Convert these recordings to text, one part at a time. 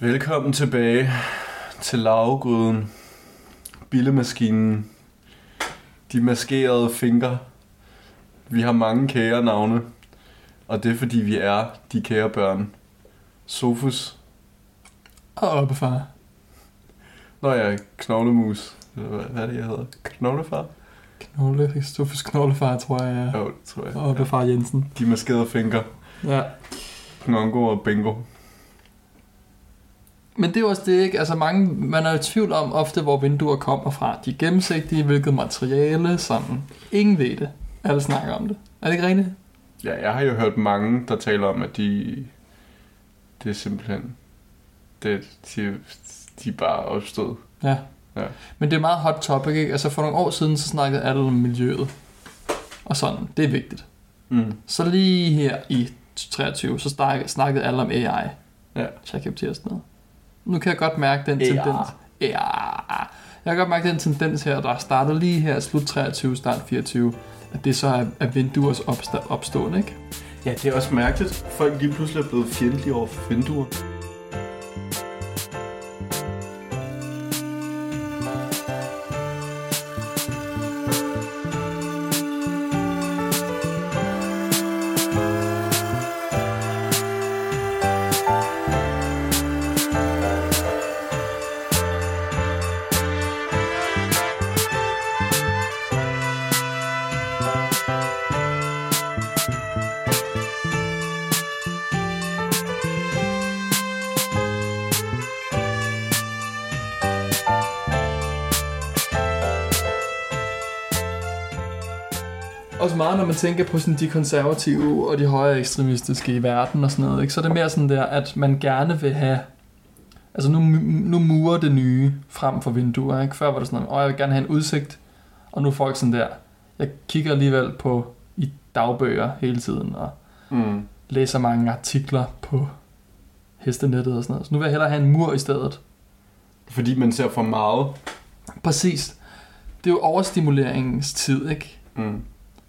Velkommen tilbage til lavgryden, billemaskinen, de maskerede fingre. Vi har mange kære navne, og det er fordi vi er de kære børn. Sofus, Og oppefar. når jeg er knoglemus, Eller hvad, hvad er det jeg hedder? Knoglefar? Knogle, Kristofus Knoglefar, tror jeg, ja. Jo, det tror jeg. Og oppefar Jensen. De maskerede fingre, Ja. Knongo og Bingo. Men det er jo også det, ikke? Altså mange, man er jo i tvivl om ofte, hvor vinduer kommer fra. De er gennemsigtige, hvilket materiale, sådan. Ingen ved det. Alle snakker om det. Er det ikke rigtigt? Ja, jeg har jo hørt mange, der taler om, at de... Det er simpelthen... Det, de, de er bare opstået. Ja. Ja. Men det er meget hot topic, ikke? Altså for nogle år siden, så snakkede alle om miljøet. Og sådan, det er vigtigt. Mm. Så lige her i 23, så snak- snakkede alle om AI. Ja. ChatGPT og sådan noget. Nu kan jeg godt mærke den AI. tendens. Ja. Jeg kan godt mærke den tendens her, der starter lige her, slut 23, start 24, at det så er, er vinduers opsta- opståen, ikke? Ja, det er også mærkeligt. Folk lige pludselig er blevet fjendtlige over for vinduer. Også meget, når man tænker på sådan de konservative og de højere ekstremistiske i verden og sådan noget, ikke? så er det mere sådan der, at man gerne vil have... Altså nu, nu murer det nye frem for vinduer. Ikke? Før var det sådan, at jeg vil gerne have en udsigt, og nu er folk sådan der. Jeg kigger alligevel på i dagbøger hele tiden, og Mm. læser mange artikler på hestenettet og sådan noget. Så nu vil jeg hellere have en mur i stedet. Fordi man ser for meget. Præcis. Det er jo overstimuleringens tid, ikke? Mm.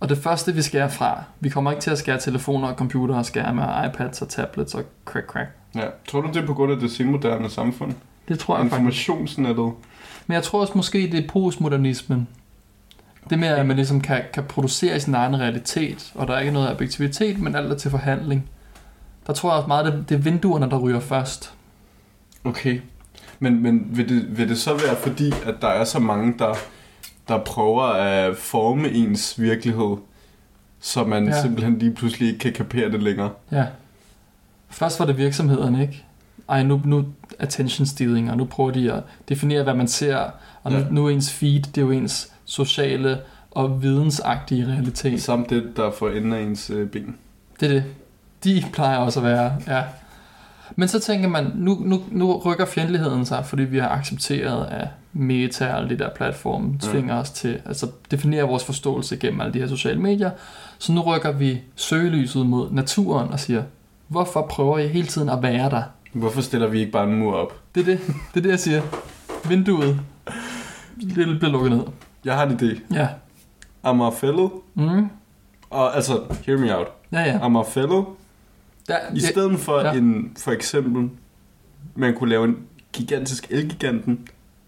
Og det første, vi skærer fra, vi kommer ikke til at skære telefoner og computer og skærme og iPads og tablets og crack crack. Ja. Tror du, det er på grund af det senmoderne samfund? Det tror Mm. jeg faktisk. Informationsnettet. Men jeg tror også måske, det er postmodernismen. Det med, at man ligesom kan, kan producere sin egen realitet, og der er ikke noget objektivitet, men alt er til forhandling. Der tror jeg også meget, det, det er vinduerne, der ryger først. Okay. Men, men vil, det, vil det så være fordi, at der er så mange, der, der prøver at forme ens virkelighed, så man ja. Ja. simpelthen lige pludselig ikke kan kapere det længere? Ja. Først var det virksomhederne, ikke? Ej, nu, nu attention stealing, og nu prøver de at definere, hvad man ser, og nu, Ja. ja. nu er ens feed, det er jo ens sociale og vidensagtige realitet. Samt det, der får enden af ens øh, ben. Det er det. De plejer også at være, ja. Men så tænker man, nu, nu, nu rykker fjendtligheden sig, fordi vi har accepteret, at meta og de der platforme tvinger os til, altså definerer vores forståelse gennem alle de her sociale medier. Så nu rykker vi søgelyset mod naturen og siger, hvorfor prøver I hele tiden at være der? Hvorfor stiller vi ikke bare en mur op? Det er det, det, er det jeg siger. Vinduet det bliver lukket ned. Jeg har en idé. Ja. I'm a fellow. Mm. Og altså, hear me out. Ja, ja. I'm a fellow. Der, I stedet for ja. ja. en, for eksempel, man kunne lave en gigantisk elgiganten,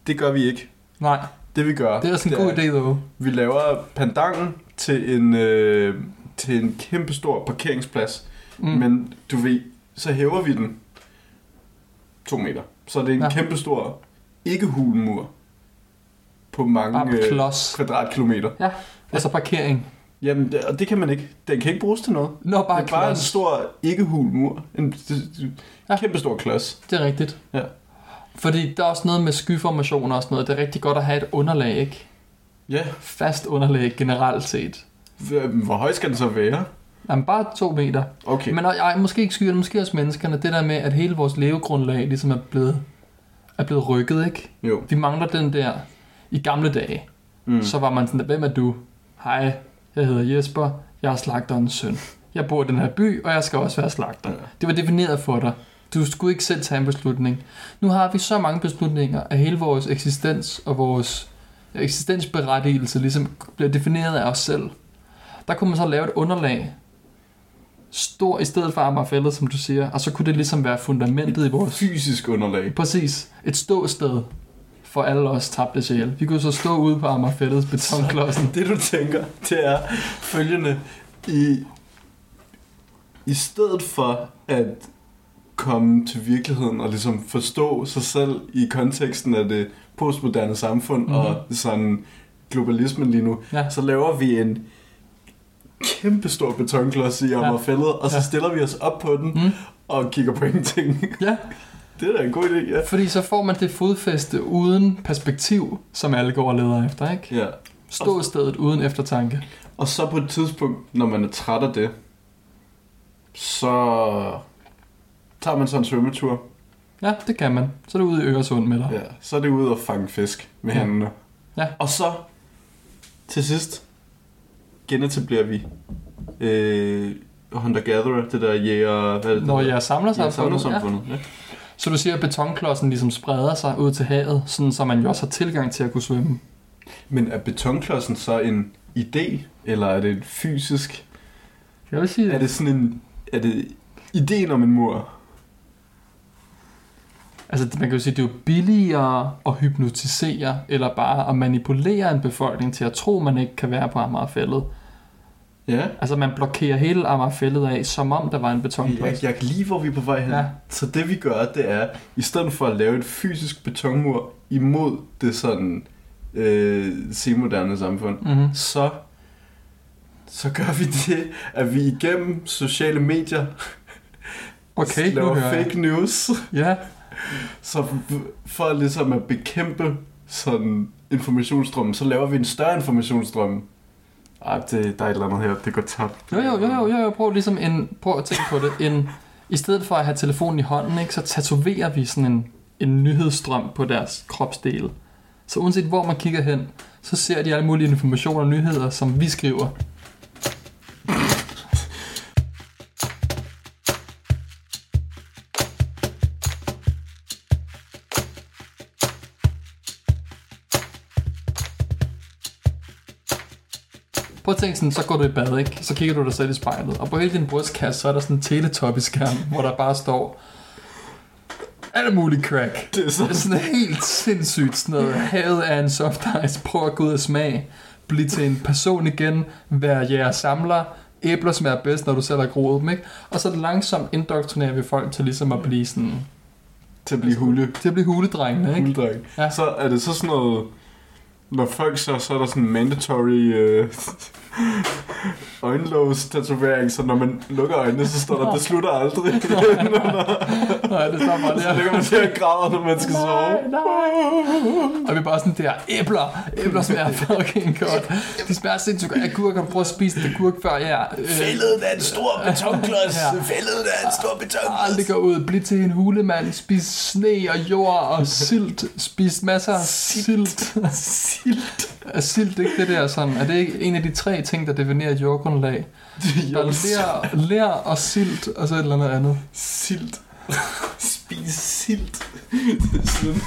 det gør vi ikke. nej, Det vi gør, det er også en god idé, dog. vi laver pandangen til en, øh, til en kæmpestor parkeringsplads, mm. men du ved, så hæver vi den to meter. Så det er en ja. Ja. kæmpestor ikke-hulmur på mange Bare på øh, klods. kvadratkilometer. Ja, altså parkering. Jamen, det, og det kan man ikke. Den kan ikke bruges til noget. Nå, bare, det er bare en klods. stor ikke-hul mur. En ja. Ja. kæmpestor klods. Det er rigtigt. Ja. Fordi der er også noget med skyformation og sådan noget. Det er rigtig godt at have et underlag, ikke? Ja, Fast underlag generelt set. H- hvor høj skal den så være? Jamen bare to meter. Okay, Men og- ej, måske ikke skyerne, måske også menneskerne. Det der med, at hele vores levegrundlag ligesom er blevet, er blevet rykket, ikke? jo. Vi mangler den der... I gamle dage, Mm. mm. så var man sådan, hvem er du? Hej, jeg hedder Jesper, jeg er slagterens søn. Jeg bor i den her by, og jeg skal også være slagter. Ja. Det var defineret for dig. Du skulle ikke selv tage en beslutning. Nu har vi så mange beslutninger, at hele vores eksistens og vores eksistensberettigelse ligesom bliver defineret af os selv. Der kunne man så lave et underlag, stor i stedet for Amager Fællet, som du siger, og så kunne det ligesom være fundamentet i vores... Fysisk underlag. Præcis, et ståsted for alle os tabte sjæle. Vi kunne så stå ude på Amager Fælledets betonklodsen. Det du tænker, det er følgende. I, I stedet for at komme til virkeligheden og ligesom forstå sig selv i konteksten af det postmoderne samfund mm-hmm. og sådan globalismen lige nu, Mhm. Ja. så laver vi en kæmpe stor betonklods i Amagerfællet, ja. og så Ja. stiller vi os op på den Mm. og kigger på ingenting. Ja, det er da en god idé, ja. fordi så får man det fodfæste uden perspektiv, som alle går og leder efter, ikke? ja. Ståstedet uden eftertanke. Og så på et tidspunkt, når man er træt af det, så tager man så en svømmetur. Ja, det kan man. Så er du ude i Øresund med dig. Ja. Så er det ud og fange fisk med Ja. hænderne. Ja. Og så til sidst genetablerer vi øh, Hunter-Gatherer, det der jæger... Hvad er det, Når det jeg samler sig hedder? på det. Ja. samlersamfundet. Ja. Så du siger, at betonklodsen ligesom spreder sig ud til havet, sådan så man jo også har tilgang til at kunne svømme. Men er betonklodsen så en idé, eller er det en fysisk... Jeg vil sige, Er det sådan en... Er det ideen om en mur? Altså, det- man kan jo sige, det er jo billigere at hypnotisere, eller bare at manipulere en befolkning til at tro, man ikke kan være på Amagerfællet. Ja. Altså, man blokerer hele Amagerfællet af, som om der var en Jeg, betonplads. jeg kan lige hvor vi er på vej hen. Ja. Så det vi gør, det er, i stedet for at lave et fysisk betonmur imod det sådan øh, semoderne samfund, Mm-hmm. så, så gør vi det, at vi igennem sociale medier Okay, nu laver hører jeg. fake news, Ja, så f- for ligesom at bekæmpe sådan informationsstrømmen, så laver vi en større informationsstrøm. Ej, det, der er et eller andet her, det går tabt. jo, jo, jo, jo, jo, jo. Prøv, ligesom en, prøv at tænke på det. En, I stedet for at have telefonen i hånden, ikke, så tatoverer vi sådan en, en nyhedsstrøm på deres kropsdele. Så uanset hvor man kigger hen, så ser de alle mulige informationer og nyheder, som vi skriver. Prøv at tænke sådan, så går du i bad, ikke? Så kigger du dig selv i spejlet, og på hele din brystkasse, så er der sådan en teletop i skærmen, hvor der bare står alle mulige crack. Det er Det er sådan, sådan helt sindssygt sådan noget. Havet er en soft ice. Prøv at gå ud og smage. Bliv til en person igen. Vær jeres samler. Æbler smager bedst, når du selv har groet dem, ikke? Og så langsomt indoktrinerer vi folk til ligesom at blive sådan... til at blive hule. Til at blive huledrengene, ikke? Hulddreng. Ja. Så er det så sådan noget... Når folk så, så er der sådan en mandatory øh, øjenlås tatovering, så når man lukker øjnene, så står der, det slutter aldrig. Nej, det står bare og så der. ligger man til at græde, når man skal sove. nej. Og vi er bare sådan der, æbler, æbler smager fucking godt. Det smager sindssygt godt. Agurk, kan du prøve at spise en agurk før jeg... Øh, Fældet er en stor betonklods. Ja. Fældet er en stor aldrig går ud, bliv til en hulemand, spis sne og jord og silt, spis masser af silt. Silt. Er silt ikke det der sådan? Er det ikke en af de tre ting, der definerer et jordgrundlag? Der Jo, er lær, lær og silt, og så et eller andet andet. silt. Spis silt. Det er sådan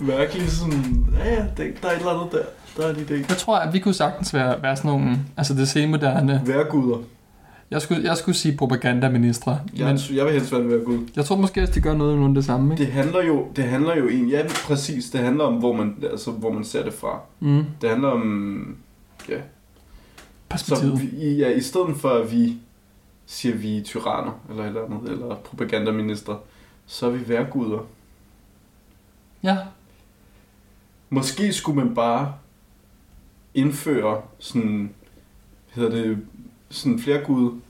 mærkeligt sådan... Ja, ja, det- der er et eller andet der. Der er en idé. Jeg tror, at vi kunne sagtens være, være sådan nogle, altså det semoderne. Værguder. Jeg skulle, jeg skulle sige propagandaministre, Jeg, men jeg vil helst være ved Gud. jeg tror måske også, de gør noget nogen det samme, ikke? Det handler jo, det handler jo egentlig, ja præcis, det handler om, hvor man, altså, hvor man ser det fra. Mm. Det handler om, så Perspektivet. vi, ja, i stedet for at vi siger, vi er tyranner, eller et eller andet, eller propagandaminister, så er vi værguder. Ja, Måske skulle man bare indføre sådan, hvad hedder det, sådan flere gud.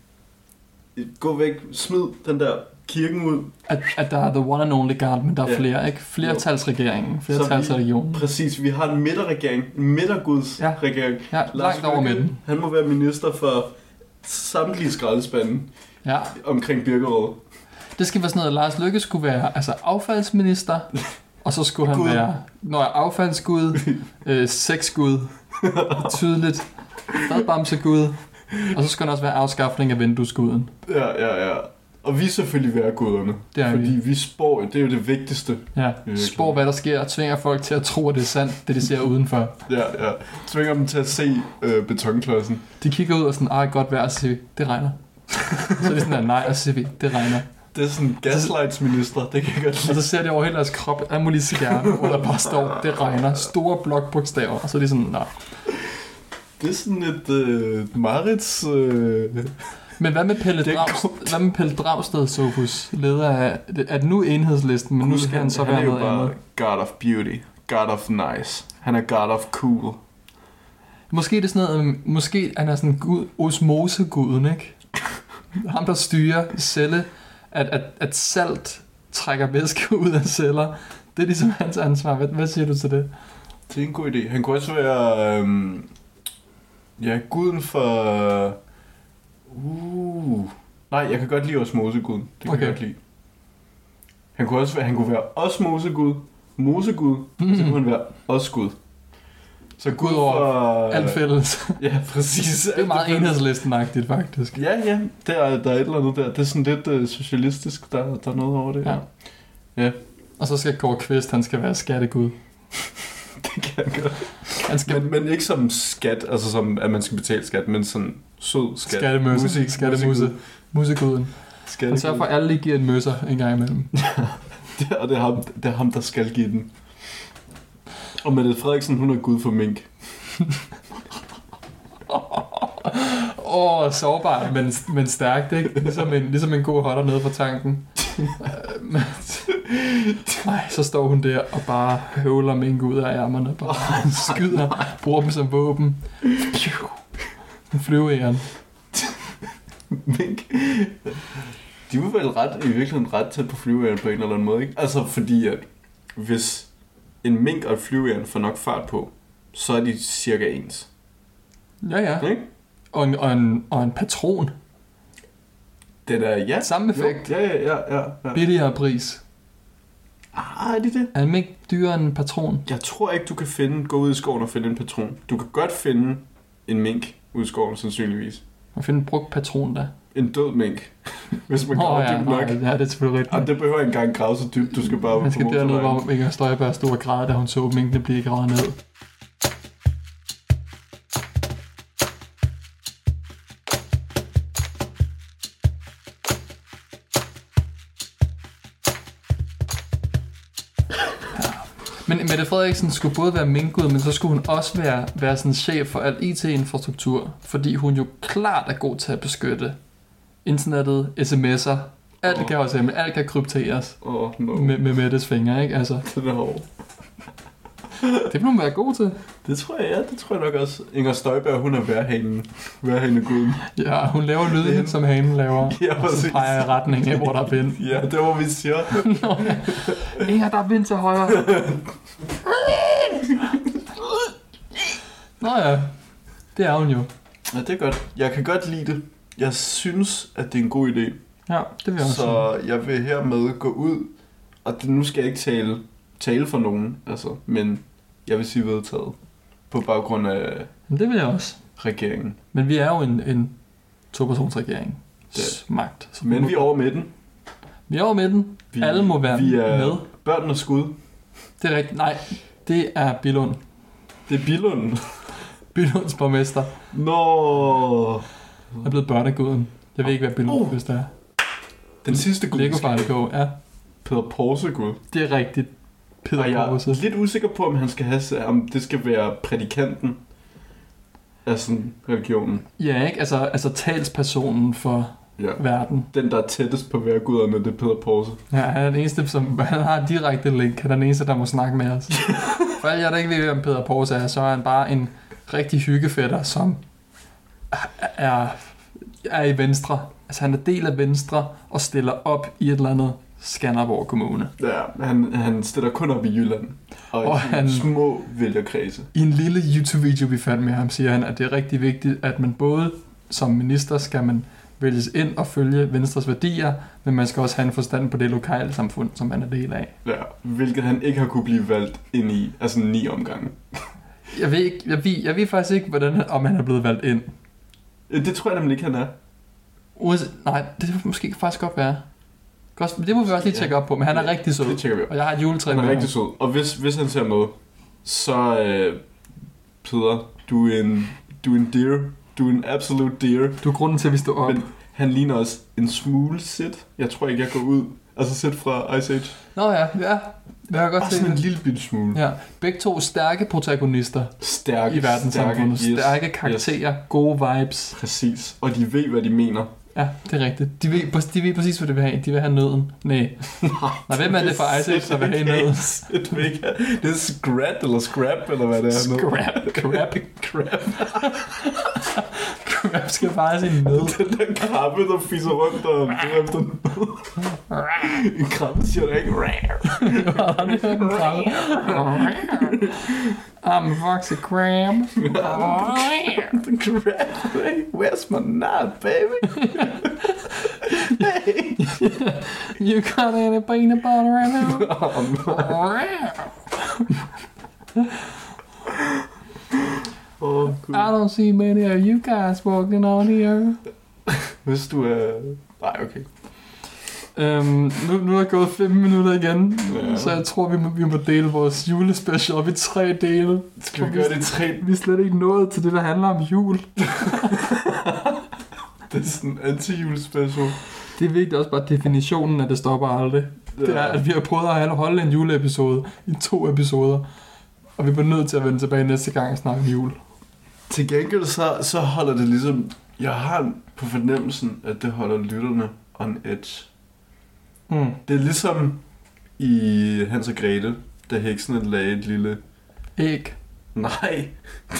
Gå væk, smid den der kirken ud, at, at der er the one and only God, men der er Ja. flere, ikke? Flertalsregeringen, Så vi- flertalsregionen. Præcis, vi har en midterregering, en midterguds Ja. regering. Ja, langt over Løkke, midten. Han må være minister for samtlige skraldespanden Ja, omkring Birkerød. det skal være sådan noget, at Lars Løkke skulle være altså affaldsminister, og så skulle han Gud. være, når jeg affaldsgud, øh, sexgud, tydeligt, fadbamsegud, og så skulle han også være afskaffning af vinduesguden. Ja, ja, ja. Og vi er selvfølgelig værguderne. Det er fordi vi. spår, det er jo det vigtigste. Ja, Virkelig. spår hvad der sker, og tvinger folk til at tro, at det er sandt, det de ser udenfor. Ja, ja. Tvinger dem til at se øh, betonklodsen. De kigger ud og sådan, ej, godt vejr, og så siger, vi, det regner. Så er de sådan der, nej, og så siger vi, det regner. Det er sådan gaslights-minister, det kan jeg godt Og lide. så ser de over hele deres krop, alle mulige skærme, hvor der bare står, det regner, store blokbogstaver, og så er de sådan, nej. Det er sådan et øh, Marits... Øh, Men hvad med Pelle, Det er Drags, hvad med Pelle Dragsted, Sofus, leder af, er det nu enhedslisten, men nu skal han så han være er jo noget andet. bare God of Beauty, God of Nice, han er God of Cool. Måske er det sådan noget, øhm, måske han er sådan gud, osmoseguden, ikke? Ham, der styrer celle, at, at, at salt trækker væske ud af celler. Det er ligesom hans ansvar. Hvad, hvad siger du til det? Det er en god idé. Han kunne også være... Øhm, ja, guden for... Uh... Nej, jeg kan godt lide osmoseguden. Det kan okay. Okay. jeg godt lide. Han kunne også være, han kunne være osmosegud, mosegud, mm. og så Mhm. kunne han være osgud. Så gud Gud over for... Alt fælles. Ja, Øh. præcis. Det er Alt meget enhedslisten-agtigt, faktisk. Ja, ja. Der, der er et eller andet der. Det er sådan lidt øh, socialistisk. Der, der er noget over det. Ja. Og så skal Kåre Kvist, han skal være skattegud. Det kan jeg godt. Han skal Men, men ikke som skat, altså som, at man skal betale skat, men sådan sød skat. skattemøse. Musik, skattemuse. musikgud. Museguden. Skattegud. Han sørger for, at alle lige giver en møsser en gang imellem. Det, og det er, ham, det er ham, der skal give den. Og Mette Frederiksen, hun er gud for mink. Åh, oh, sårbart, men, men stærkt, ikke? Ligesom en, ligesom en god hotter nede fra tanken. Øh, men- Nej, så står hun der og bare høvler mink ud af ærmerne. Bare skyder, bruger dem som våben. En flyveæren. Mink. De var vel ret, i virkeligheden ret tæt på flyvejren på en eller anden måde, ikke? Altså fordi, at hvis en mink og et flyvejren får nok fart på, så er de cirka ens. Ja, ja. Ikke? Og en, og en, og en patron. Det der, ja. Samme effekt. Jo, Ja, ja, ja, ja. ja. Billigere pris. Ah, er de det? Er den ikke dyrere end en patron? Jeg tror ikke, du kan finde, gå ud i skoven og finde en patron. Du kan godt finde en mink ud i skoven, sandsynligvis. Man finder en brugt patron der. En død mink, hvis man går Åh, oh, ja, dybt nok. nej, ja, det er selvfølgelig rigtigt. Jamen, det behøver ikke engang grave så dybt, du skal bare Han på skal derned, motorvejen. hvor Inger Støjberg stod og græd, da hun så minkene blive gravet ned. Ja. Men Mette Frederiksen skulle både være minkgud, men så skulle hun også være, være sådan chef for al IT-infrastruktur, fordi hun jo klart er god til at beskytte internettet, sms'er, alt Åh. kan også hemmelig, alt kan krypteres Åh, oh, no. med, med Mettes fingre, ikke? Altså, Den er hård. det må man være god til. Det tror jeg, ja, det tror jeg nok også. Inger Støjberg, hun er værhanen. Værhaneguden. Ja, hun laver lyden, som hanen laver. Ja, og så præcis. peger jeg i retning af, hvor der er vind. Ja, det var, vi siger. Nå, ja. Inger, der er vind til højre. Nå ja, det er hun jo. Ja, det er godt. Jeg kan godt lide det. Jeg synes, at det er en god idé. Ja, det vil jeg også sige. Så jeg vil hermed gå ud, og det, nu skal jeg ikke tale, tale for nogen, altså, men jeg vil sige vedtaget på baggrund af Men det vil jeg også. regeringen. Men vi er jo en, en to-persons-regering. Det. Magt. Så Men må- vi er over midten. vi er over midten. Vi, Alle må være vi er med. Børn og skud. Det er rigtigt. Nej, det er Bilund. Det er Billund. Billunds borgmester Nå. er blevet børneguden. Jeg ved ikke, hvad Billund Uh. uh. er. Den sidste gud. Lego Far Go, ja. Peter Porse gud. Det er rigtigt. Peter Og jeg Krause. er lidt usikker på, om han skal have, om det skal være prædikanten af sådan religionen. Ja, ikke? Altså, altså talspersonen for Ja. verden. Den, der er tættest på værguderne, det er Peter Porse. Ja, han er den eneste, som han har en direkte link. Han er den eneste, der må snakke med os. for alle jer, der ikke ved, hvem Peter Pors er, så er han bare en rigtig hyggefætter, som er, er, er i Venstre. Altså, han er del af Venstre og stiller op i et eller andet Skanderborg Kommune. Ja, han, han stiller kun op i Jylland. Og, Og og han... han- små vælgerkredse. I en lille YouTube-video, vi fandt med ham, siger han, at det er rigtig vigtigt, at man både som minister skal man vælges ind og følge Venstres værdier, men man skal også have en forstand på det lokale samfund, som man er del af. Ja, hvilket han ikke har kunne blive valgt ind i, altså ni omgange. Jeg ved, ikke, jeg ved, jeg ved faktisk ikke, hvordan, om han er blevet valgt ind. Ja, Det tror jeg nemlig ikke, han er. Uanset, nej, det kan måske faktisk godt være. Godt- Det må vi også lige Ja. tjekke op på, men han er Ja, rigtig Det sød. tjekker vi op. Og jeg har et juletræ Han med er ham. rigtig sød. Og hvis, hvis han ser med, så øh, Peter, du er en, du er en deer. Du er en absolute deer. Du er grunden til, at vi står op. Men- Han ligner også en smule Sid. Jeg tror ikke, jeg går ud. Altså Sid fra Ice Age. Nå ja, ja. Jeg har godt Bare se sådan en det. lille bitte smule. Ja. Begge to stærke protagonister Stærke, i verdenssamfundet. yes, Stærke, stærke karakterer, yes. gode vibes. Præcis. Og de ved, hvad de mener. Ja, det er rigtigt. De ved, præ- de ved præcis, hvad de vil have. De vil have nøden. Nej. Nej, hvem er det for Ice Age, der vil have nøden? Sid vil ikke have- Det er Scrat eller Scrap, eller hvad det er. nu. Scrap. Crap. Crap. Crap skal bare have sin nød. Den der krabbe, der fisser rundt og leder efter den. En krabbe siger da ikke. "Rar." Han er en krabbe. I'm a foxy crab. The crab. Hey, where's my knot, baby? hey. You got any peanut butter right now? Åh, I Gud. don't see many of you guys walking on here. Hvis du er... Nej, okay. Øhm, nu, nu er der gået 5 minutter igen, Ja. ja. så jeg tror, vi må, vi må dele vores julespecial op i tre dele. Skal vi gøre det i tre? Vi er slet ikke nået til det, der handler om jul. Det er sådan en anti-julespecial. Det er vigtigt også bare definitionen, at det stopper aldrig. Det er, at vi har prøvet at holde en juleepisode i to episoder. Og vi bliver nødt til at vende tilbage næste gang og snakke om jul. Til gengæld så, så holder det ligesom... Jeg har på fornemmelsen, at det holder lytterne on edge. Mm. Det er ligesom i Hans og Grete, da heksene lagde et lille... Æg. Nej,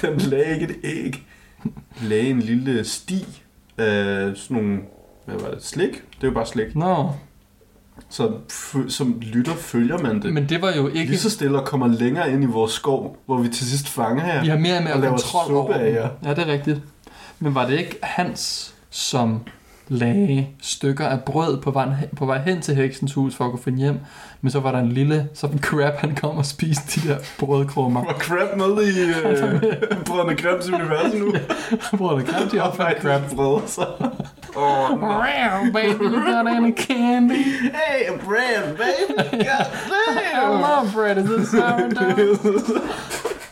den lagde ikke et æg. Den lagde en lille sti af sådan nogle... Hvad var det? Slik? Det er jo bare slik. Nå, Så f- som lytter følger man det. Men men det var jo ikke... Lige så stille og kommer længere ind i vores skov, hvor vi til sidst fanger jer. Vi har mere med Og at laver kontrol suppe over af dem. jer. Ja, det er rigtigt. Men var det ikke Hans, som lagde stykker af brød på vej, på vej hen til heksens hus for at kunne finde hjem? Men så var der en lille, så en crab, han kom og spiste de der brødkrummer. Var crap med i øh, Brødrene Grimms univers nu? Brødrene Crab, de opfandt crab. brød, så... Oh, no. Wow, baby, you got any candy? Hey, a bread, baby! God I love bread. Is it sourdough?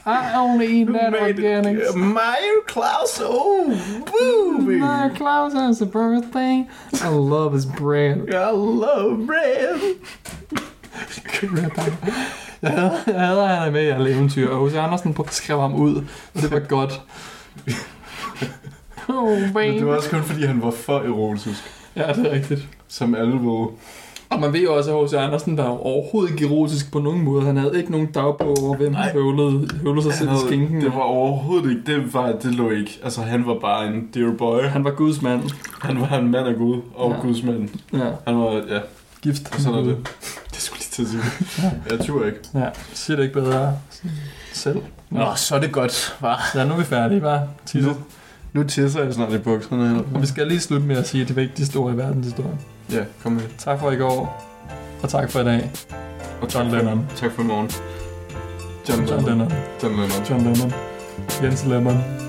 I only eat that organic. Meyer Klaus, oh, booby! My Klaus has a birthday. I love his bread. I love bread! Jeg hader, jeg hader, at han er med i alle eventyr, og H.C. Andersen skrev ham ud, og det var godt. oh, Men det var baby. også kun fordi, han var for erotisk, Ja, det er rigtigt. som alle ved. Og man ved jo også, at H.C. Andersen var overhovedet ikke erotisk på nogen måde. Han havde ikke nogen dagbog over, hvem Nej. han høvlede, høvlede sig selv i skinken. det var overhovedet ikke, det, var, det lå ikke. Altså, han var bare en dear boy. Han var Guds mand. Han var en mand af Gud, og Ja. ja. Guds mand. Ja, Han var, ja, gift. sådan er det. Det skulle lige til at sige. Jeg tror ikke. Ja, siger det ikke bedre selv. Nå, så er det godt, var. ja, nu er vi færdige, var Tisse. Nu. Nu tisser jeg snart i bukserne. Og Eller? vi skal lige slutte med at sige, at det vigtigste ord i verdenshistorien. Ja, kom med. Tak for i går, og tak for i dag. Og John for- Lennon. Tak for i morgen. John, John Lennon. John Lennon. John Lennon. Jens Lennon.